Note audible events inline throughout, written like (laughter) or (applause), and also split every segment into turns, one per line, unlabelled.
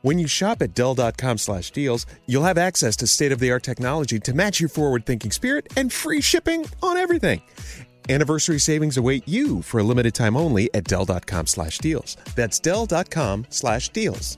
When you shop at Dell.com slash deals, you'll have access to state of the art technology to match your forward thinking spirit and free shipping on everything. Anniversary savings await you for a limited time only at Dell.com slash deals. That's Dell.com slash deals.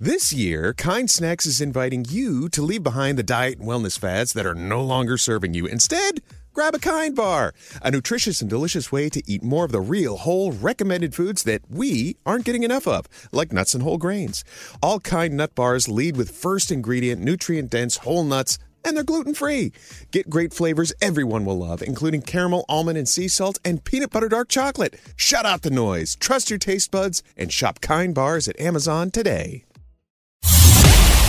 This year, Kind Snacks is inviting you to leave behind the diet and wellness fads that are no longer serving you. Instead, grab a Kind Bar, a nutritious and delicious way to eat more of the real, whole, recommended foods that we aren't getting enough of, like nuts and whole grains. All Kind Nut Bars lead with first ingredient, nutrient dense whole nuts and they're gluten free. Get great flavors everyone will love, including caramel, almond, and sea salt, and peanut butter dark chocolate. Shut out the noise, trust your taste buds, and shop Kind Bars at Amazon today.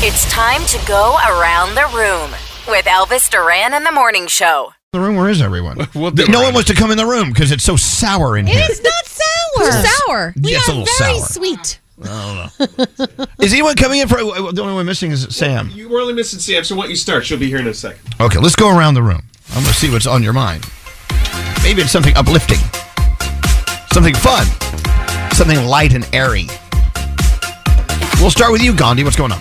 It's time to go around the room with Elvis Duran and the Morning Show.
The room, where is everyone?
Well,
no one wants to come in the room because it's so sour in here.
It is not sour.
Yes.
sour. We
Yes,
are
a little
very
sour.
sweet.
I don't know. is anyone coming in for? uh, The only one missing is Sam.
You were only missing Sam, so why don't you start? She'll be here in a second.
Okay, let's go around the room. I'm gonna see what's on your mind. Maybe it's something uplifting, something fun, something light and airy. We'll start with you, Gandhi. What's going on?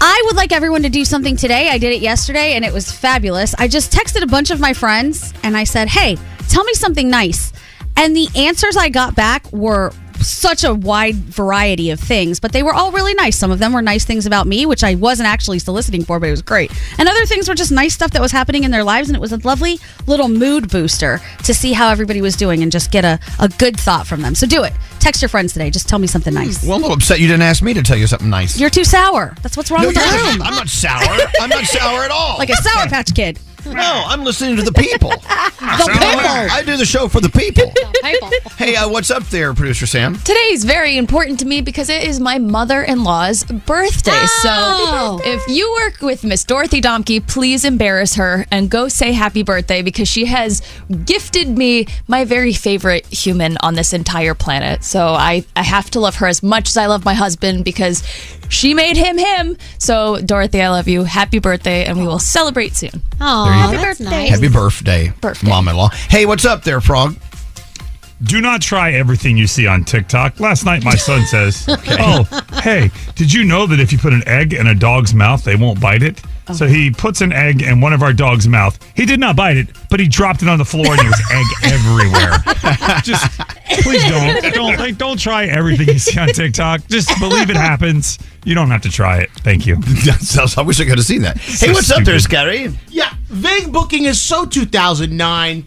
I would like everyone to do something today. I did it yesterday and it was fabulous. I just texted a bunch of my friends and I said, hey, tell me something nice. And the answers I got back were such a wide variety of things, but they were all really nice. Some of them were nice things about me, which I wasn't actually soliciting for, but it was great. And other things were just nice stuff that was happening in their lives. And it was a lovely little mood booster to see how everybody was doing and just get a, a good thought from them. So do it. Text your friends today. Just tell me something nice.
Well, I'm a little upset you didn't ask me to tell you something nice.
You're too sour. That's what's wrong
No,
with the
you're
room.
not- I'm not sour. I'm not sour at all.
(laughs) like a Sour Patch Kid.
no, I'm listening to the people.
The people.
I do the show for the people. Hey, uh, what's up there, producer Sam?
Today is very important to me because it is my mother in law's birthday.
Oh.
So if you work with Miss Dorothy Domke, please embarrass her and go say happy birthday because she has gifted me my very favorite human on this entire planet. So I, I have to love her as much as I love my husband because she made him him. So, Dorothy, I love you. Happy birthday, and we will celebrate soon.
Happy birthday.
Happy birthday,
Birthday.
mom-in-law. Hey, what's up there, Frog? (laughs)
Do not try everything you see on TikTok. Last night, my son says, Oh, hey, did you know that if you put an egg in a dog's mouth, they won't bite it? So he puts an egg in one of our dog's mouth. He did not bite it, but he dropped it on the floor and there was egg everywhere. Just please don't. Don't like, don't try everything you see on TikTok. Just believe it happens. You don't have to try it. Thank you.
Sounds- I wish I could have seen that. hey, what's up there, Scary?
Yeah, vague booking is so 2009.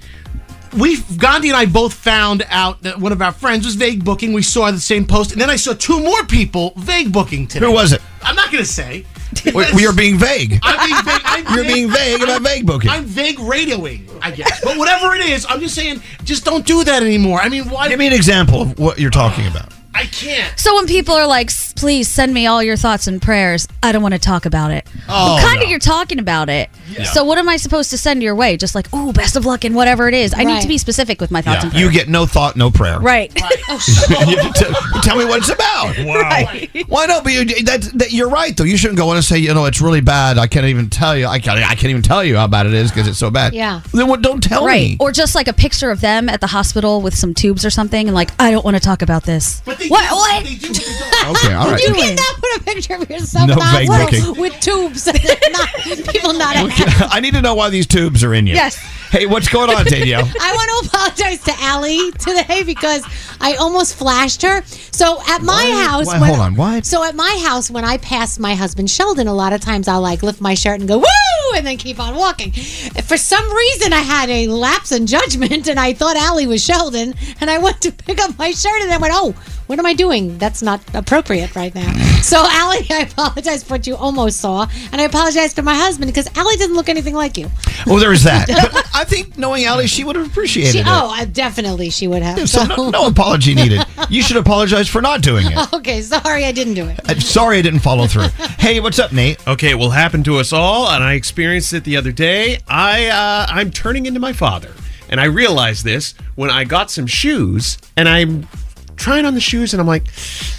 We Gandhi and I both found out that one of our friends was vague booking. We saw the same post, and then I saw two more people vague booking today.
Who was it?
I'm not gonna
(laughs)
say.
We, we are being vague.
(laughs) I'm being vague. I'm
(laughs) You're being vague about vague booking.
I'm vague radioing, I guess. But whatever it is, I'm just saying, just don't do that anymore. I mean, why?
Give me an example of what you're talking about.
I can't.
So when people are like, "S- please send me all your thoughts and prayers. I don't want to talk about it. Oh, kind of you're talking about it. So what am I supposed to send your way? Just like, oh, best of luck and whatever it is. I need
Right.
to be specific with my thoughts and prayers.
You get no thought, no prayer.
right.
(laughs) You have to t- tell me what it's about.
Wow.
(laughs)
Why not? But you, that, that you're right though. You shouldn't go in and say, you know, it's really bad. I can't even tell you. I can't. I can't even tell you how bad it is because it's so bad.
Yeah.
Then what? Don't tell me.
(laughs) Right. Or just like a picture of them at the hospital with some tubes or something and like, I don't want to talk about this.
But they
what
do,
what?
They do, what they don't.
(laughs)
okay. All right.
You
doing?
cannot put a picture of yourself
No
in the
vague
(laughs) hospital
booking.
with tubes and not, people not.
I need to know why these tubes are in you.
Yes.
Hey, what's going on,
(laughs)
Danielle?
I want to apologize to Allie today because I almost flashed her. So at my
Why-
house,
why- hold on, what?
So at my house, when I pass my husband Sheldon, a lot of times I'll like lift my shirt and go woo, and then keep on walking. For some reason, I had a lapse in judgment, and I thought Allie was Sheldon, and I went to pick up my shirt, and I went, oh. What am I doing? That's not appropriate right now. So, Allie, (laughs) I apologize for what you almost saw. And I apologize to my husband because Allie didn't look anything like you.
well, there is that. But I think knowing Allie, she would have appreciated
She,
it.
oh, I, definitely she would have.
So no, no apology needed. You should apologize for not doing it.
(laughs) Okay, sorry I didn't do it.
I'm sorry I didn't follow through. Hey, what's up, Nate?
Okay, it will happen to us all, and I experienced it the other day. I uh, I'm turning into my father, and I realized this when I got some shoes, and I'm trying on the shoes, and I'm like,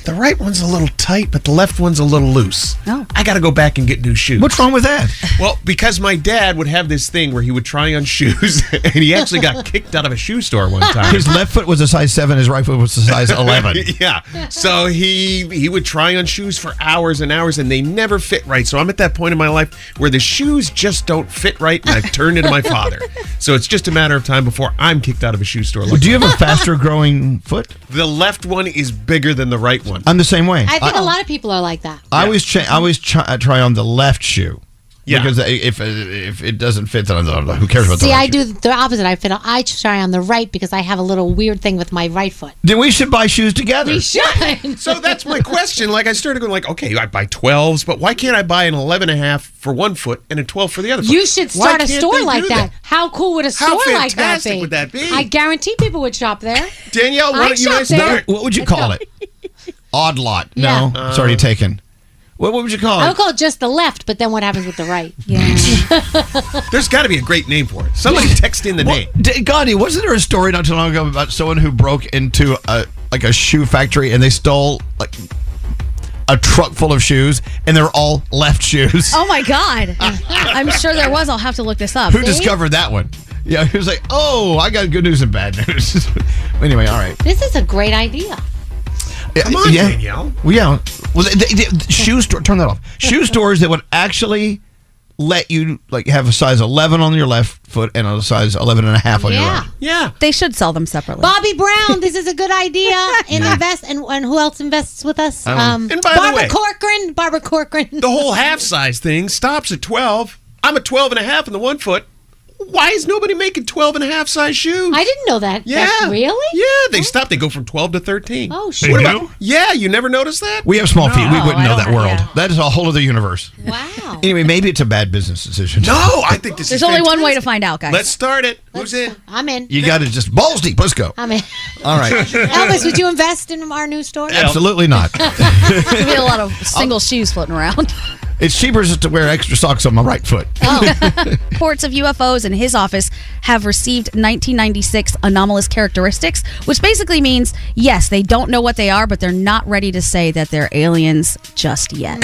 the right one's a little tight, but the left one's a little loose.
Oh.
I got to go back and get new shoes.
What's wrong with that?
Well, because my dad would have this thing where he would try on (laughs) shoes, and he actually got kicked out of a shoe store one
(laughs)
time.
His left foot was a size seven. His right foot was a size (laughs) eleven.
(laughs) yeah. So he he would try on shoes for hours and hours, and they never fit right. So I'm at that point in my life where the shoes just don't fit right, and I've turned
(laughs)
into my father. So it's just a matter of time before I'm kicked out of a shoe store. Like
Do you have
(laughs)
a faster growing foot?
the left one is bigger than the right
Uh,
one.
I'm the same way.
I think a lot of people are like that.
I always cha- I always ch- I try on the left shoe.
Yeah.
Because if uh, if it doesn't fit, then I'm like, who cares about the
See,
right
I
shoe?
do the opposite. I fit. I try on the right because I have a little weird thing with my right foot.
Then we should buy shoes together.
(laughs) Should
So that's my question. Like I started going like, okay, I buy 12s, but why can't I buy an 11 and a half for one foot and a 12 for the other foot?
you should
Why
start a
can't they
store
do
like that. How cool would a store
How
like that
fantastic
be?
would that be?
I guarantee people would shop
(laughs)
there.
Danielle, why
I
don't you
shop
guys start?
(laughs) What would you call it? Odd lot. No, it's already taken. What, what would you call
I
it?
would call it just the left, but then what happens with the
(laughs)
right?
There's got to be a great name for it.
(laughs)
Somebody text in the name.
What, D- Gandhi, wasn't there a story not too long ago about someone who broke into a like a shoe factory and they stole like a truck full of shoes and they're all left shoes?
Oh my God. I'm sure there was. I'll have to look this up.
who discovered that one? Yeah, he was like, "Oh, I got good news and bad (laughs) news." anyway, all right.
This is a great idea.
Come
on, Danielle.
Well, yeah. Well, they, they, they- shoe store. Turn that off. Shoe stores that would actually let you like have a size 11 on your left foot and a size 11 and a half
Oh,
on your
Yeah.
right.
Yeah.
They should sell them separately.
Bobby Brown, this is a
(laughs)
good idea. And invest and, and who else invests with us? Um,
And by the
Barbara
way-
Corcoran. Barbara Corcoran.
The whole half size thing stops at 12. I'm a 12 and a half in the one foot. Why is nobody making 12 and a half size shoes?
I didn't know that.
yeah.
That's- really?
Yeah, they stop. They go from 12 to 13.
Oh,
They
sure.
do?
Yeah, you never noticed that?
We have small feet. We wouldn't
I
know
don't
that
know,
world.
yeah.
That is a whole other universe.
Wow.
Anyway, maybe it's a bad business decision.
No, I think this
There's
is
only one way to
fantastic.
find out, guys.
Let's start it. Who's in?
I'm in.
(laughs) You got to just balls deep. Let's go.
(laughs)
I'm in.
All right.
Elvis, would you invest in our new store?
Absolutely not.
There's going to be a lot of single shoes floating around. (laughs)
It's cheaper just to wear extra socks on my right foot.
Reports of UFOs in his office have received 1996 anomalous characteristics, which basically means yes, they don't know what they are, but they're not ready to say that they're aliens just yet.